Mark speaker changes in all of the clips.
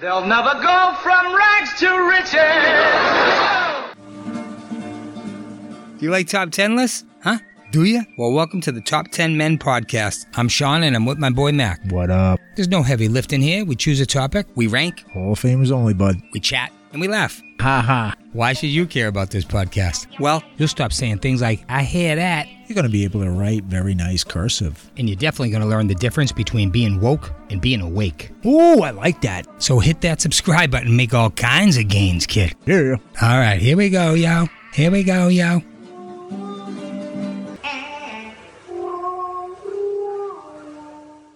Speaker 1: They'll never go from rags to riches.
Speaker 2: Do you like top 10 lists? Huh? Do you? Well, welcome to the Top 10 Men podcast. I'm Sean and I'm with my boy Mac.
Speaker 3: What up?
Speaker 2: There's no heavy lifting here. We choose a topic, we rank,
Speaker 3: Hall of Famers only, bud.
Speaker 2: we chat, and we laugh.
Speaker 3: Ha ha.
Speaker 2: Why should you care about this podcast? Well, you'll stop saying things like, I hear that,
Speaker 3: You're going to be able to write very nice cursive.
Speaker 2: and you're definitely going to learn the difference between being woke and being awake.
Speaker 3: Ooh, I like that.
Speaker 2: So hit that subscribe button and make all kinds of gains, kid.
Speaker 3: Yeah.
Speaker 2: All right, here we go, yo. Here we go, yo.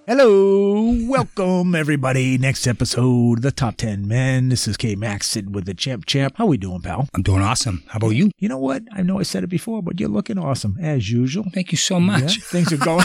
Speaker 3: Hello. Welcome, everybody. Next episode, The Top 10 Men. This is K Max sitting with the Champ Champ. How we doing, pal?
Speaker 2: I'm doing awesome. How about you?
Speaker 3: You know what? I know I said it before, but you're looking awesome, as usual.
Speaker 2: Thank you so much.
Speaker 3: Yeah, things are going.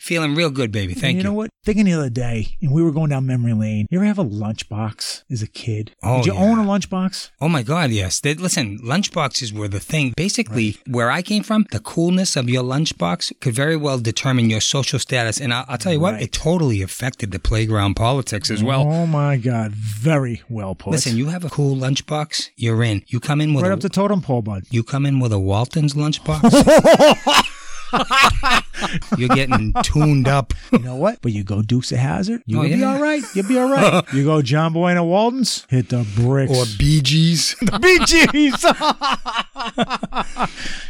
Speaker 2: Feeling real good, baby. Thank
Speaker 3: you know what? Thinking the other day, and we were going down memory lane. You ever have a lunchbox as a kid?
Speaker 2: Oh,
Speaker 3: Did you
Speaker 2: yeah.
Speaker 3: own a lunchbox?
Speaker 2: Oh my God, yes. They, listen, lunchboxes were the thing. Basically, where I came from, the coolness of your lunchbox could very well determine your social status. And I'll, I'll tell you what, it
Speaker 3: Right.
Speaker 2: totally affected the playground politics as well.
Speaker 3: oh my God! Very well put.
Speaker 2: Listen, you have a cool lunchbox, you're in. You come in with
Speaker 3: right
Speaker 2: a,
Speaker 3: up the totem pole, bud.
Speaker 2: you come in with a Walton's lunchbox. you're getting tuned up.
Speaker 3: You know what? But you go Dukes of Hazard, you'll
Speaker 2: Oh,
Speaker 3: be
Speaker 2: yeah.
Speaker 3: all right. You'll be all right. you go John Boyne and Walden's, hit the bricks.
Speaker 2: Or BGs.
Speaker 3: the BGs.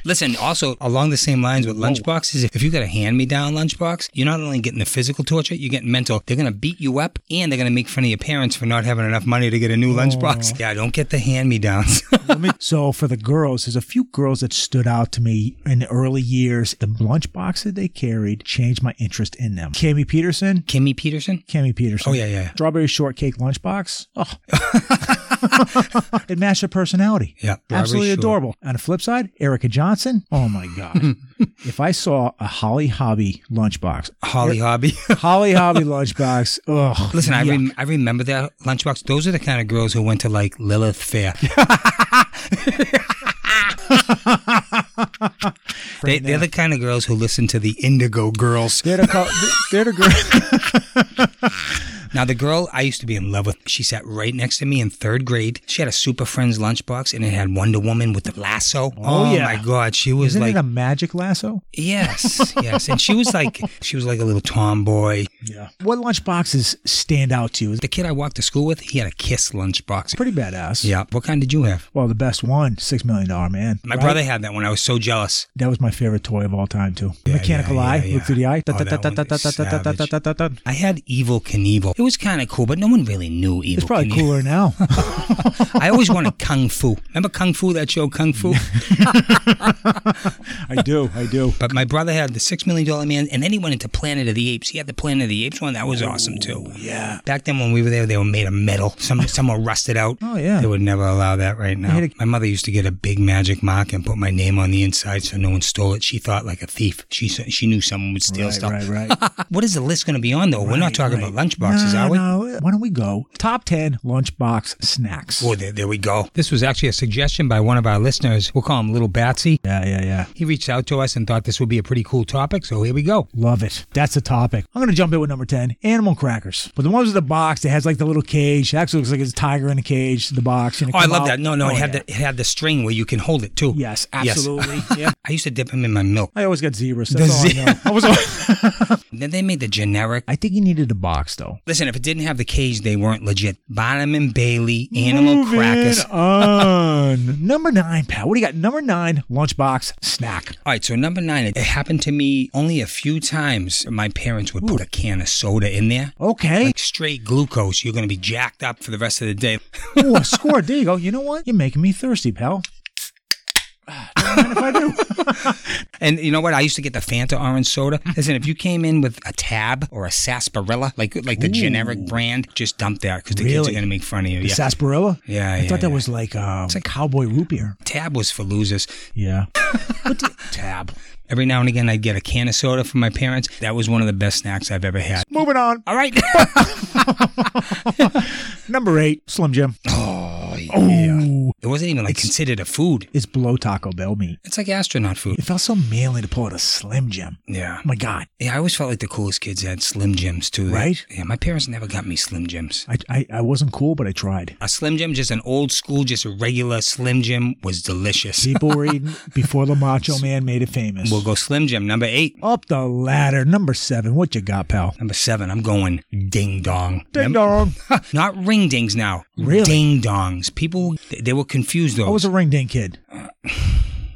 Speaker 2: Listen, also along the same lines with lunchboxes, if you got a hand me down lunchbox, you're not only getting the physical torture, you're getting mental. They're going to beat you up and they're going to make fun of your parents for not having enough money to get a new lunchbox. Yeah, don't get the hand me downs.
Speaker 3: Let me- so for the girls, there's a few girls that stood out to me in the early years. The lunchbox that they carried changed my interest in them. Cami Peterson.
Speaker 2: Kimmy Peterson?
Speaker 3: Cami Peterson.
Speaker 2: Oh, yeah, yeah.
Speaker 3: Strawberry shortcake lunchbox. Oh. it matched her personality.
Speaker 2: Yeah. Strawberry
Speaker 3: Absolutely
Speaker 2: short-
Speaker 3: adorable. On the flip side, Erica Johnson. Oh my God. if I saw a Holly Hobby lunchbox,
Speaker 2: Holly Hobby.
Speaker 3: Holly Hobby lunchbox. Ugh.
Speaker 2: Listen, I, rem- I remember that lunchbox. Those are the kind of girls who went to like Lilith Fair. they, they're the kind of girls who listen to the Indigo Girls.
Speaker 3: They're the, co- they're the girl.
Speaker 2: Now, the girl I used to be in love with, she sat right next to me in third grade. She had a Super Friends lunchbox and it had Wonder Woman with the lasso.
Speaker 3: Oh, yeah.
Speaker 2: my God. She was
Speaker 3: Isn't
Speaker 2: like,
Speaker 3: it a magic lasso?
Speaker 2: yes, yes. And she was like, she was like a little tomboy.
Speaker 3: Yeah. What lunchboxes stand out to you? It's
Speaker 2: The kid I walked to school with, he had a Kiss lunchbox.
Speaker 3: pretty badass.
Speaker 2: Yeah. What kind did you have?
Speaker 3: Well, the best one, Six Million Dollar Man.
Speaker 2: My
Speaker 3: Right?
Speaker 2: brother had that one. I was so jealous.
Speaker 3: That was my favorite toy of all time, too. Mechanical
Speaker 2: yeah,
Speaker 3: eye.
Speaker 2: yeah,
Speaker 3: Look through the eye.
Speaker 2: yeah. Oh, that one is
Speaker 3: Da-da-da-da-da-da-da-da-da-da-da.
Speaker 2: I had Evil Knievel. It was kind of cool, but no one really knew Evil
Speaker 3: It's probably
Speaker 2: Knievel.
Speaker 3: cooler now.
Speaker 2: I always wanted Kung Fu. Remember Kung Fu, that show Kung Fu?
Speaker 3: I do. I do.
Speaker 2: But my brother had the Six Million Dollar Man, and then he went into Planet of the Apes. He had the Planet of the Apes one. That was awesome, too.
Speaker 3: Yeah.
Speaker 2: Back then, when we were there, they were made of metal. Some some were rusted out.
Speaker 3: Oh, yeah.
Speaker 2: They would never allow that right now.
Speaker 3: had a-
Speaker 2: my mother used to get a big magic mark and put my name on the inside so no one stole it. She thought like a thief. She s- she knew someone would steal
Speaker 3: Right,
Speaker 2: stuff.
Speaker 3: right, right.
Speaker 2: What is the list going to be on though? we're not talking about lunchboxes,
Speaker 3: no,
Speaker 2: are we?
Speaker 3: No. Why don't we go top 10 lunchbox snacks?
Speaker 2: Oh, there, there we go. This was actually a suggestion by one of our listeners. We'll call him Little Batsy.
Speaker 3: Yeah, yeah, yeah.
Speaker 2: He reached out to us and thought this would be a pretty cool topic, so here we go.
Speaker 3: Love it. That's the topic. I'm going to jump in with number 10 animal crackers. But the ones with the box that has like the little cage. It actually looks like it's a tiger in a cage, the box. And it
Speaker 2: Oh, I
Speaker 3: come
Speaker 2: love
Speaker 3: out.
Speaker 2: that. No, no,
Speaker 3: Oh,
Speaker 2: it had
Speaker 3: yeah.
Speaker 2: the it had the string where you can hold it too.
Speaker 3: Yes, absolutely. yeah.
Speaker 2: I used to dip them in my milk.
Speaker 3: I always got zebras. That's all
Speaker 2: ze-
Speaker 3: I know. I, was always-
Speaker 2: Then they made the generic.
Speaker 3: I think you needed a box though.
Speaker 2: Listen, if it didn't have the cage, they weren't legit. Bonham and Bailey, Animal
Speaker 3: Moving
Speaker 2: Crackers.
Speaker 3: on. number nine, pal. What do you got? Number nine, lunchbox snack.
Speaker 2: All right, so number nine, it happened to me only a few times. My parents would put a can of soda in there.
Speaker 3: Okay.
Speaker 2: Like straight glucose. You're going to be jacked up for the rest of the day.
Speaker 3: Ooh, I scored. There you go. You know what? You're making me thirsty, pal.
Speaker 2: And you know what? I used to get the Fanta orange soda. Listen, if you came in with a tab or a sarsaparilla, like like the generic brand, just dump that because the kids are
Speaker 3: Really?
Speaker 2: going to make fun of you.
Speaker 3: The
Speaker 2: Yeah.
Speaker 3: sarsaparilla?
Speaker 2: Yeah,
Speaker 3: I
Speaker 2: yeah,
Speaker 3: thought that
Speaker 2: yeah.
Speaker 3: was like um, it's like cowboy root beer.
Speaker 2: tab was for losers.
Speaker 3: Yeah. What the- tab.
Speaker 2: Every now and again, I'd get a can of soda from my parents. That was one of the best snacks I've ever had.
Speaker 3: Moving on.
Speaker 2: All right.
Speaker 3: Number eight, Slim Jim.
Speaker 2: oh,
Speaker 3: Ooh, no.
Speaker 2: It wasn't even like
Speaker 3: It's-
Speaker 2: considered a food.
Speaker 3: It's below Taco Bell meat.
Speaker 2: It's like astronaut food.
Speaker 3: It felt so manly to pull out a Slim Jim.
Speaker 2: Yeah.
Speaker 3: Oh my God.
Speaker 2: Yeah, I always felt like the coolest kids had Slim Jims too.
Speaker 3: Right?
Speaker 2: Yeah, my parents never got me Slim Jims.
Speaker 3: I, I, I wasn't cool, but I tried.
Speaker 2: A Slim Jim, just an old school, just a regular Slim Jim, was delicious.
Speaker 3: People were eating before the Macho Man made it famous.
Speaker 2: We'll go Slim Jim, number eight.
Speaker 3: Up the ladder, number seven. What you got, pal?
Speaker 2: Number seven, I'm going ding dong.
Speaker 3: Ding
Speaker 2: Remember-
Speaker 3: dong.
Speaker 2: Not ring dings now.
Speaker 3: Really?
Speaker 2: Ding dongs. People, they, they were confused though.
Speaker 3: I was a ring ding kid.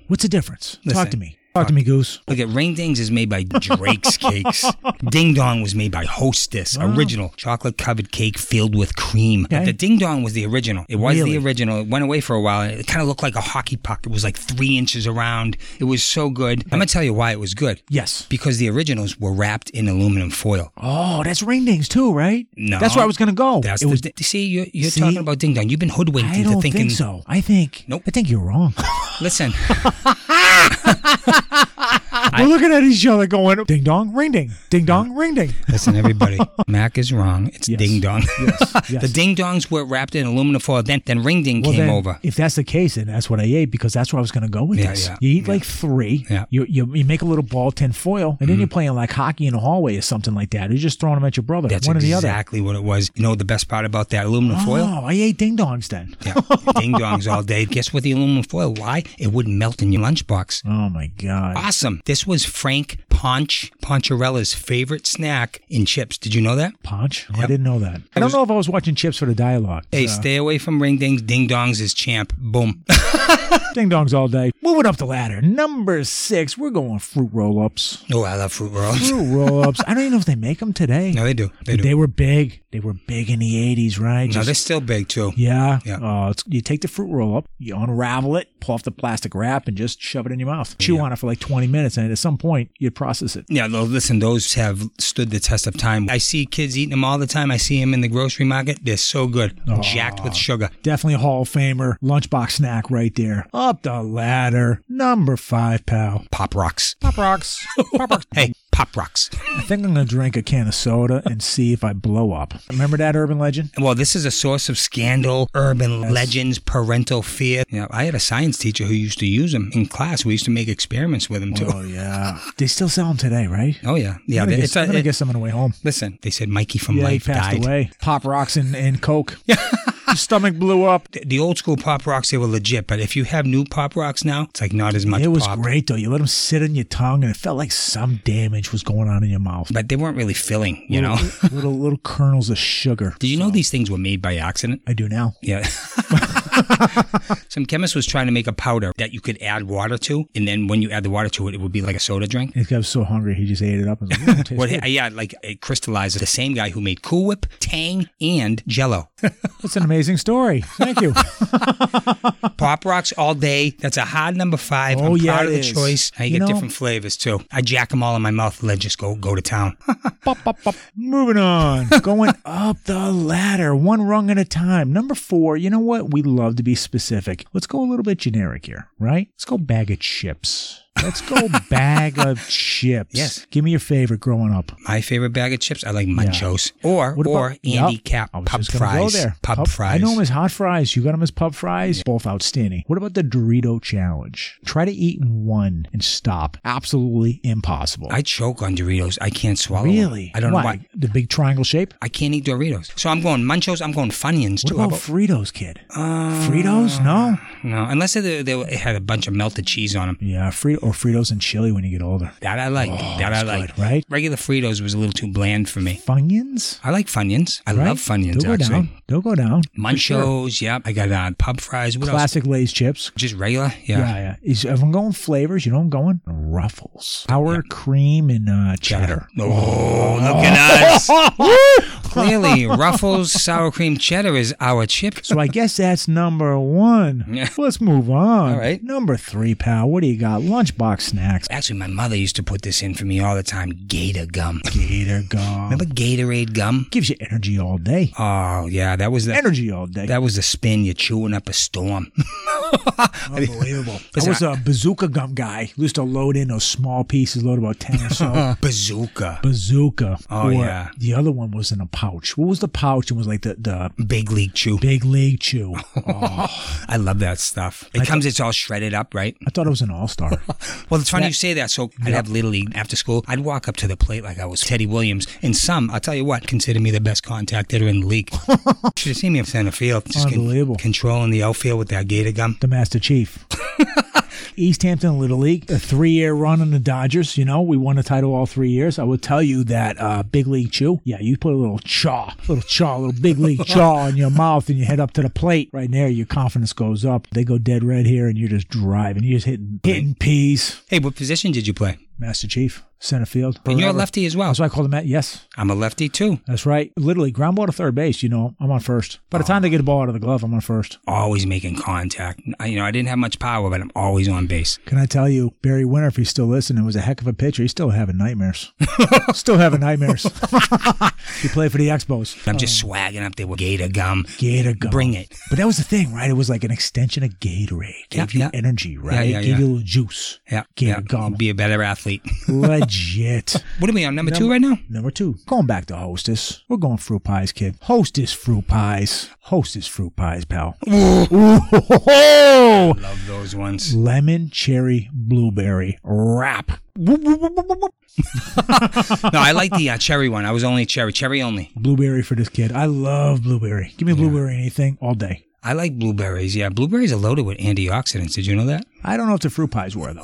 Speaker 3: What's the difference?
Speaker 2: Listen.
Speaker 3: Talk to me. Talk, to me, Goose.
Speaker 2: Look at Ring Dings is made by Drake's Cakes. Ding Dong was made by Hostess, original chocolate covered cake filled with cream. But
Speaker 3: Okay.
Speaker 2: the Ding Dong was the original. It was
Speaker 3: Really?
Speaker 2: the original. It went away for a while. It kind of looked like a hockey puck. It was like three inches around. It was so good. I'm gonna tell you why it was good.
Speaker 3: Yes.
Speaker 2: Because the originals were wrapped in aluminum foil.
Speaker 3: Oh, that's ring dings too, right?
Speaker 2: No.
Speaker 3: That's where I was gonna go.
Speaker 2: That's
Speaker 3: it
Speaker 2: the
Speaker 3: was.
Speaker 2: di- see, you're, you're
Speaker 3: See?
Speaker 2: talking about Ding Dong. You've been hoodwinked
Speaker 3: I
Speaker 2: into
Speaker 3: don't
Speaker 2: thinking.
Speaker 3: think so. I think.
Speaker 2: Nope.
Speaker 3: I think you're wrong.
Speaker 2: Listen,
Speaker 3: We're looking at each other, going ding dong, ring ding, ding dong, ring ding.
Speaker 2: listen, everybody. Mac is wrong. It's
Speaker 3: Yes.
Speaker 2: Ding Dong.
Speaker 3: yes.
Speaker 2: The Ding Dongs were wrapped in aluminum foil. Then, then Ring Ding
Speaker 3: Well,
Speaker 2: came
Speaker 3: then,
Speaker 2: over.
Speaker 3: If that's the case, then that's what I ate because that's where I was going to go with
Speaker 2: Yeah,
Speaker 3: this.
Speaker 2: yeah,
Speaker 3: you eat like three.
Speaker 2: Yeah.
Speaker 3: You, you you make a little ball tin foil, and then you're playing like hockey in the hallway or something like that. You're just throwing them at your brother.
Speaker 2: That's
Speaker 3: one or the other.
Speaker 2: exactly what it was. You know the best part about that aluminum foil?
Speaker 3: Oh, I ate ding dongs then.
Speaker 2: Yeah, ding dongs all day. Guess what? The aluminum foil. Why? It wouldn't melt in your lunchbox.
Speaker 3: Oh my god.
Speaker 2: Awesome. This was Frank Ponch Poncharella's favorite snack in chips. Did you know that?
Speaker 3: Punch. Oh, I didn't know that. I don't know if I was watching chips for the dialogue.
Speaker 2: Hey,
Speaker 3: So,
Speaker 2: stay away from ring dings. Ding dongs is champ. Boom.
Speaker 3: ding dongs all day. Moving up the ladder. Number six. We're going fruit roll ups.
Speaker 2: oh, I love fruit rolls.
Speaker 3: Fruit roll ups. I don't even know if they make them today.
Speaker 2: No, they do. They
Speaker 3: But
Speaker 2: do.
Speaker 3: they were big. They were big in the 80s, right?
Speaker 2: no,
Speaker 3: Just-
Speaker 2: they're still big too.
Speaker 3: Yeah.
Speaker 2: Yeah.
Speaker 3: Uh, it's, you take the fruit roll up, you unravel it, pull off the plastic wrap, and just shove it in your mouth. Chew on it for like 20 minutes, and at some point, you process it.
Speaker 2: Yeah, though, listen, those have stood the test of time. I see kids eating them all the time. I see them in the grocery market. They're so good, jacked with sugar.
Speaker 3: Definitely a Hall of Famer lunchbox snack right there. Up the ladder. Number five, pal.
Speaker 2: Pop rocks.
Speaker 3: Pop rocks. Pop rocks.
Speaker 2: Hey, pop rocks.
Speaker 3: I think I'm going to drink a can of soda and see if I blow up. Remember that urban legend?
Speaker 2: Well, this is a source of scandal, urban legends, parental fear. You know, I had a science teacher who used to use them in class. We used to make experiments with them too.
Speaker 3: Oh, yeah. They still sell them today, right?
Speaker 2: Oh yeah, yeah.
Speaker 3: I'm going to
Speaker 2: it's
Speaker 3: guess, I'm
Speaker 2: a,
Speaker 3: gonna
Speaker 2: it-
Speaker 3: guess I'm on the way home.
Speaker 2: listen, they said Mikey from
Speaker 3: Yeah,
Speaker 2: Life
Speaker 3: he passed
Speaker 2: died.
Speaker 3: away. Pop rocks and, and Coke. Stomach blew up.
Speaker 2: The, the old school pop rocks they were legit, but if you have new pop rocks now, it's like not as much.
Speaker 3: It was
Speaker 2: pop.
Speaker 3: great though. You let them sit in your tongue, and it felt like some damage was going on in your mouth.
Speaker 2: but they weren't really filling. You know.
Speaker 3: little, little little kernels of sugar.
Speaker 2: Did you know these things were made by accident?
Speaker 3: I do now.
Speaker 2: Yeah. Some chemist was trying to make a powder that you could add water to, and then when you add the water to it, it would be like a soda drink.
Speaker 3: This guy was so hungry, he just ate it up. And was like, "Ooh, it tastes
Speaker 2: What?
Speaker 3: good."
Speaker 2: Yeah, like it crystallizes. The same guy who made Cool Whip, Tang, and Jello.
Speaker 3: That's an amazing story. Thank you.
Speaker 2: Pop rocks all day. That's a hard number five.
Speaker 3: Oh,
Speaker 2: I'm
Speaker 3: yeah,
Speaker 2: proud of the
Speaker 3: it is.
Speaker 2: choice. I
Speaker 3: You
Speaker 2: get
Speaker 3: know-
Speaker 2: different flavors too. I jack them all in my mouth. Let just go go to town.
Speaker 3: Pop, pop, pop. Moving on, going up the ladder, one rung at a time. Number four. You know what? We love to be specific. Let's go a little bit generic here, right? Let's go bag of chips. Let's go bag of chips.
Speaker 2: Yes.
Speaker 3: Give me your favorite growing up.
Speaker 2: my favorite bag of chips. I like Munchos or or Andy
Speaker 3: Yup.
Speaker 2: Cap
Speaker 3: I was
Speaker 2: pub
Speaker 3: just gonna go
Speaker 2: fries.
Speaker 3: there.
Speaker 2: Pub, fries.
Speaker 3: I know them as hot fries. You got them as pub fries. Both outstanding. What about the Dorito challenge? Try to eat one and stop. Absolutely impossible.
Speaker 2: I choke on Doritos. I can't swallow. 'em.
Speaker 3: really.
Speaker 2: I don't know why.
Speaker 3: The big triangle shape.
Speaker 2: I can't eat Doritos. So I'm going Munchos. I'm going Funyuns
Speaker 3: What
Speaker 2: too. How
Speaker 3: about Fritos, kid? Fritos? No.
Speaker 2: about- no, unless they, they had a bunch of melted cheese on them.
Speaker 3: Yeah, Frito or Fritos and chili when you get older.
Speaker 2: That I like. that I
Speaker 3: it's
Speaker 2: like.
Speaker 3: Oh, good, right?
Speaker 2: Regular Fritos was a little too bland for me.
Speaker 3: Funyuns.
Speaker 2: I like Funyuns. I
Speaker 3: Right?
Speaker 2: love Funyuns.
Speaker 3: They'll go
Speaker 2: actually.
Speaker 3: down. They'll go down. For
Speaker 2: Munchos.
Speaker 3: sure.
Speaker 2: Yep. I got uh, pub fries. What else?
Speaker 3: Classic Lay's chips.
Speaker 2: Just regular. Yeah.
Speaker 3: Yeah, yeah. Is, if I'm going flavors, you know what I'm going? Ruffles. Sour cream and uh, cheddar.
Speaker 2: Oh, look at us. Clearly, Ruffles sour cream cheddar is our chip.
Speaker 3: So I guess that's number one.
Speaker 2: Yeah.
Speaker 3: Let's move on.
Speaker 2: All right.
Speaker 3: Number three, pal. What do you got? Lunchbox snacks.
Speaker 2: Actually, my mother used to put this in for me all the time. Gator gum.
Speaker 3: Gator gum.
Speaker 2: Remember Gatorade gum?
Speaker 3: Gives you energy all day.
Speaker 2: Oh yeah, that was the
Speaker 3: Energy all day.
Speaker 2: that was the spin. You're chewing up a storm.
Speaker 3: Unbelievable. I
Speaker 2: Listen,
Speaker 3: was a bazooka gum guy. Used to load in those small pieces, load about 10 or so.
Speaker 2: Bazooka.
Speaker 3: bazooka.
Speaker 2: Oh,
Speaker 3: Or
Speaker 2: yeah.
Speaker 3: The other one was in a pouch. What was the pouch? It was like the, the
Speaker 2: Big League Chew.
Speaker 3: big league chew.
Speaker 2: I love that stuff. It comes, it's all shredded up, right?
Speaker 3: I thought it was an all star.
Speaker 2: Well, it's funny you say that. So I'd have Little League after school. I'd walk up to the plate like I was Teddy Williams. And some, I'll tell you what, consider me the best contact hitter in the league. Should have seen me in center field. Just con-
Speaker 3: Unbelievable.
Speaker 2: controlling the outfield with that gator gum.
Speaker 3: the Master Chief. East Hampton Little League, a three year run on the Dodgers. You know, we won the title all three years. I will tell you that uh, Big League Chew, yeah, you put a little chaw, little chaw, little Big League chaw in your mouth and you head up to the plate. Right there, your confidence goes up. They go dead red here and you're just driving. You're just hitting, hitting peas.
Speaker 2: Hey, what position did you play?
Speaker 3: Master Chief, center field.
Speaker 2: And you're a
Speaker 3: forever.
Speaker 2: lefty as well.
Speaker 3: That's why I call him that. Yes,
Speaker 2: I'm a lefty too.
Speaker 3: that's right. Literally, ground ball to third base. You know, I'm on first. By the
Speaker 2: Oh.
Speaker 3: time they get the ball out of the glove, I'm on first.
Speaker 2: Always making contact. I, you know, I didn't have much power, but I'm always on base.
Speaker 3: Can I tell you, Barry Winter, if he's still listening, was a heck of a pitcher. He's still having nightmares. still having nightmares. he played for the Expos.
Speaker 2: I'm just swagging up there with gator gum.
Speaker 3: Gator Oh. gum.
Speaker 2: Bring it.
Speaker 3: But that was the thing, right? It was like an extension of Gatorade. Gave you
Speaker 2: yeah.
Speaker 3: energy, right?
Speaker 2: yeah,
Speaker 3: Gave
Speaker 2: yeah.
Speaker 3: you a little juice.
Speaker 2: Yeah.
Speaker 3: Gator
Speaker 2: yeah.
Speaker 3: gum.
Speaker 2: Be a better athlete.
Speaker 3: Legit.
Speaker 2: what are we on, number two right now?
Speaker 3: Number two, going back to Hostess. We're going fruit pies, kid. Hostess fruit pies. Hostess fruit pies, pal. Ooh.
Speaker 2: Love those ones.
Speaker 3: Lemon, cherry, blueberry, wrap. Whoop, whoop, whoop, whoop, whoop.
Speaker 2: No, I like the uh, cherry one. I was only cherry, cherry only.
Speaker 3: blueberry for this kid. I love blueberry. Give me blueberry anything all day.
Speaker 2: I like blueberries. Yeah, blueberries are loaded with antioxidants. Did you know that?
Speaker 3: I don't know if the fruit pies were though.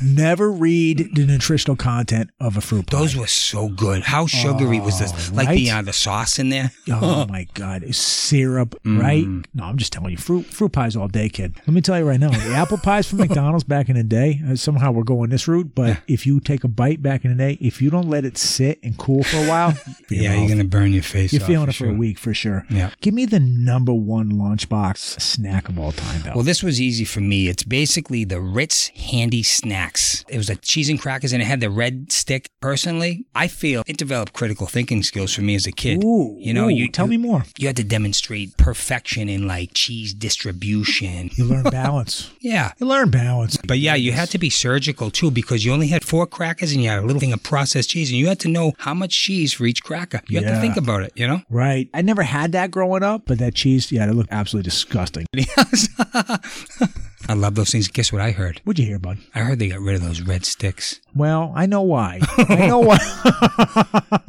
Speaker 3: Never read the nutritional content of a fruit pie.
Speaker 2: Those were so good. How sugary was this? Like the
Speaker 3: right?
Speaker 2: uh, the sauce in there.
Speaker 3: oh my god, it's syrup, right?
Speaker 2: Mm.
Speaker 3: No, I'm just telling you, fruit fruit pies all day, kid. Let me tell you right now, the apple pies from McDonald's back in the day. uh, Somehow we're going this route, but if you take a bite back in the day, if you don't let it sit and cool for a while,
Speaker 2: Yeah, you're gonna burn your face.
Speaker 3: You're
Speaker 2: off
Speaker 3: feeling
Speaker 2: for
Speaker 3: it for
Speaker 2: sure.
Speaker 3: a week for sure.
Speaker 2: Yeah.
Speaker 3: Give me the number one lunchbox snack of all time, though.
Speaker 2: Well, this was easy for me. It's basically the Ritz Handy Snacks. It was like cheese and crackers, and it had the red stick. Personally, I feel it developed critical thinking skills for me as a kid.
Speaker 3: Ooh,
Speaker 2: you know,
Speaker 3: ooh,
Speaker 2: you
Speaker 3: tell
Speaker 2: you-
Speaker 3: me more.
Speaker 2: You had to demonstrate perfection in like cheese distribution.
Speaker 3: You learn balance.
Speaker 2: yeah.
Speaker 3: you learn balance.
Speaker 2: But yeah, you had to be surgical too because you only had four crackers and you had a little thing of processed cheese and you had to know how much cheese for each cracker. You had to
Speaker 3: Yeah.
Speaker 2: think about it, you know?
Speaker 3: Right. I never had that growing up, but that cheese, yeah, it looked absolutely disgusting.
Speaker 2: I love those things. Guess what I heard?
Speaker 3: What'd you hear, bud?
Speaker 2: I heard they got rid of those red sticks.
Speaker 3: Well, I know why. I know why.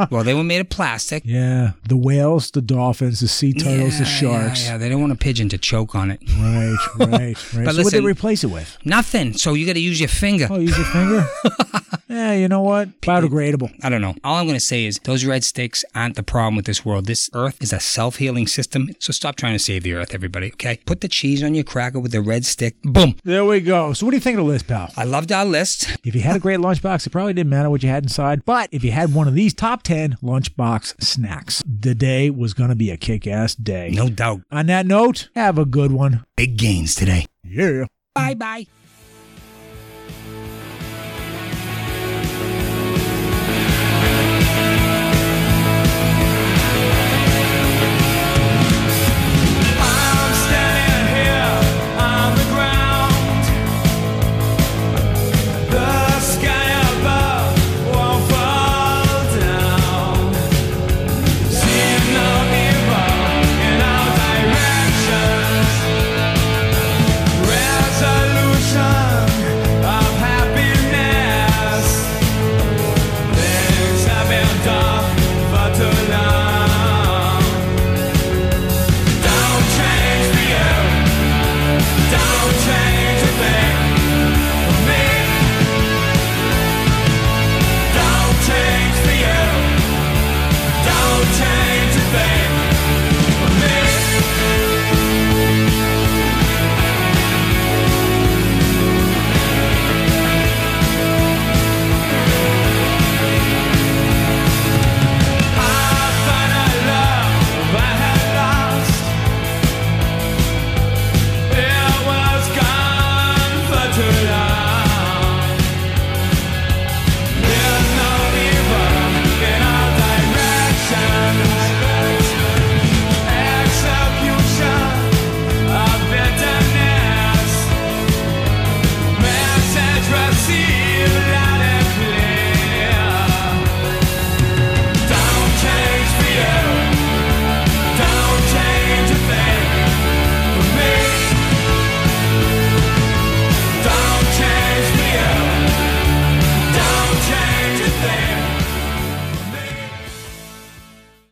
Speaker 2: Well, they were made of plastic.
Speaker 3: yeah. The whales, the dolphins, the sea turtles, the
Speaker 2: Yeah,
Speaker 3: sharks.
Speaker 2: Yeah, yeah, they don't want a pigeon to choke on it.
Speaker 3: Right, right, right. so what'd
Speaker 2: listen-
Speaker 3: they replace it with?
Speaker 2: Nothing. So you got to use your finger.
Speaker 3: Oh, use your finger? yeah, you know what? Biodegradable.
Speaker 2: I don't know. All I'm going to say is those red sticks aren't the problem with this world. This earth is a self healing system. So stop trying to save the earth, everybody, okay? Put the cheese on your cracker with the red stick. Boom.
Speaker 3: There we go. So what do you think of the list, pal?
Speaker 2: I loved our list.
Speaker 3: If you had a great lunchbox, it probably didn't matter what you had inside. But if you had one of these top 10 lunchbox snacks, the day was going to be a kick ass day.
Speaker 2: No doubt.
Speaker 3: On that note, have a good one.
Speaker 2: Big gains today.
Speaker 3: Yeah.
Speaker 2: Bye bye.